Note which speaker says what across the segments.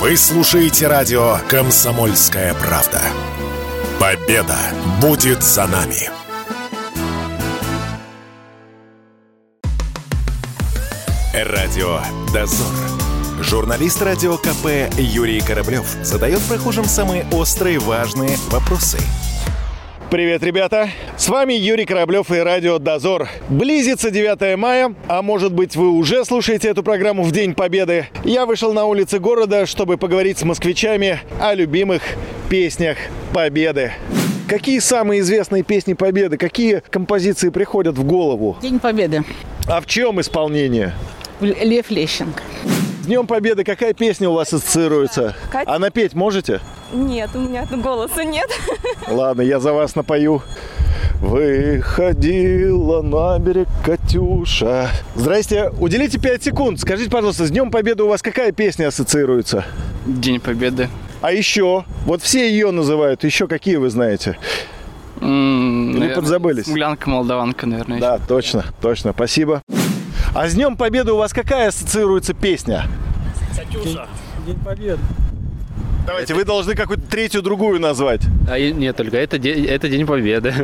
Speaker 1: Вы слушаете радио «Комсомольская правда». Победа будет за нами. Радио «Дозор». Журналист радио КП Юрий Кораблев задает прохожим самые острые важные вопросы –
Speaker 2: Привет, ребята! С вами Юрий Кораблев и радио «Дозор». Близится 9 мая, а может быть вы уже слушаете эту программу в День Победы. Я вышел на улицы города, чтобы поговорить с москвичами о любимых песнях Победы. Какие самые известные песни Победы? Какие композиции приходят в голову?
Speaker 3: День Победы.
Speaker 2: А в чем исполнение?
Speaker 3: Лев Лещенко.
Speaker 2: С Днем Победы какая песня у вас ассоциируется?
Speaker 4: Катя.
Speaker 2: А напеть можете?
Speaker 4: Нет, у меня голоса нет.
Speaker 2: Ладно, я за вас напою. Выходила на берег Катюша. Здрасте, уделите 5 секунд. Скажите, пожалуйста, с Днем Победы у вас какая песня ассоциируется?
Speaker 5: День Победы.
Speaker 2: А еще, вот все ее называют, еще какие вы знаете?
Speaker 5: М, наверное,
Speaker 2: подзабылись?
Speaker 5: Смуглянка, молдаванка, наверное.
Speaker 2: Да, точно, точно, спасибо. А с Днем Победы у вас какая ассоциируется песня?
Speaker 6: День Победы.
Speaker 2: Давайте, вы должны какую-то третью другую назвать.
Speaker 7: А, и- нет, только это, де- это День Победы.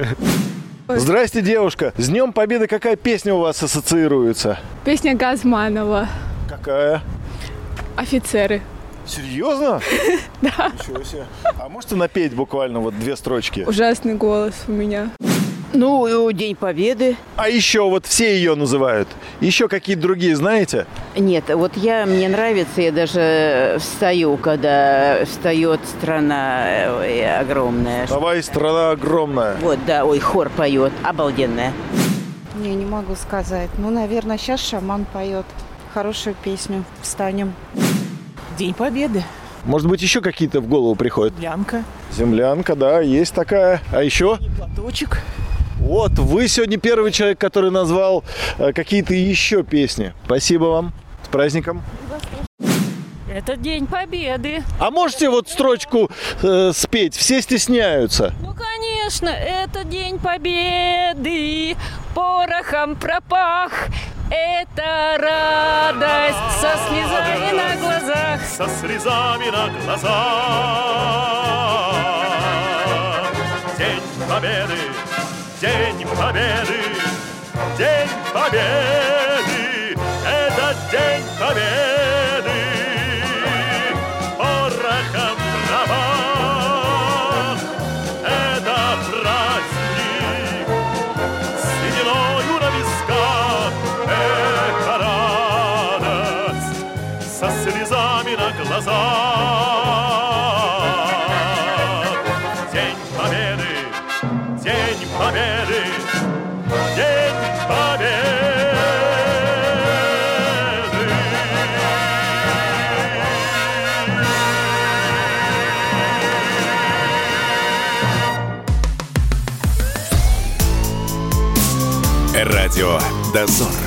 Speaker 2: Здрасте, девушка. С Днем Победы какая песня у вас ассоциируется?
Speaker 8: Песня Газманова
Speaker 2: Какая?
Speaker 8: «Офицеры».
Speaker 2: Серьезно? Да. Ничего себе. А можете напеть буквально вот две строчки?
Speaker 8: Ужасный голос у меня.
Speaker 3: Ну, День Победы.
Speaker 2: А еще вот все ее называют. Еще какие-то другие знаете?
Speaker 3: Нет, вот я, мне нравится, я даже встаю, когда встает страна э, огромная.
Speaker 2: Давай, страна огромная.
Speaker 3: Вот, да, ой, хор поет, обалденная.
Speaker 9: Не, не могу сказать. Ну, наверное, сейчас шаман поет хорошую песню. Встанем.
Speaker 6: День Победы.
Speaker 2: Может быть, еще какие-то в голову приходят?
Speaker 6: Лянка.
Speaker 2: Землянка, да, есть такая. А еще?
Speaker 6: Платочек.
Speaker 2: Вот, вы сегодня первый человек, который назвал э, какие-то еще песни. Спасибо вам. С праздником.
Speaker 10: Это День Победы.
Speaker 2: А можете вот строчку э, спеть? Все стесняются.
Speaker 10: Ну, конечно, это День Победы. Порохом пропах. Это радость со слезами на глазах.
Speaker 11: со слезами на глазах. День Победы, День Победы, День Победы, это День Победы. Порохом трава, это праздник, с сединою на висках, это радость со слезами на глазах. День Победы, День Победы, День Победы.
Speaker 1: Радио «Дозор».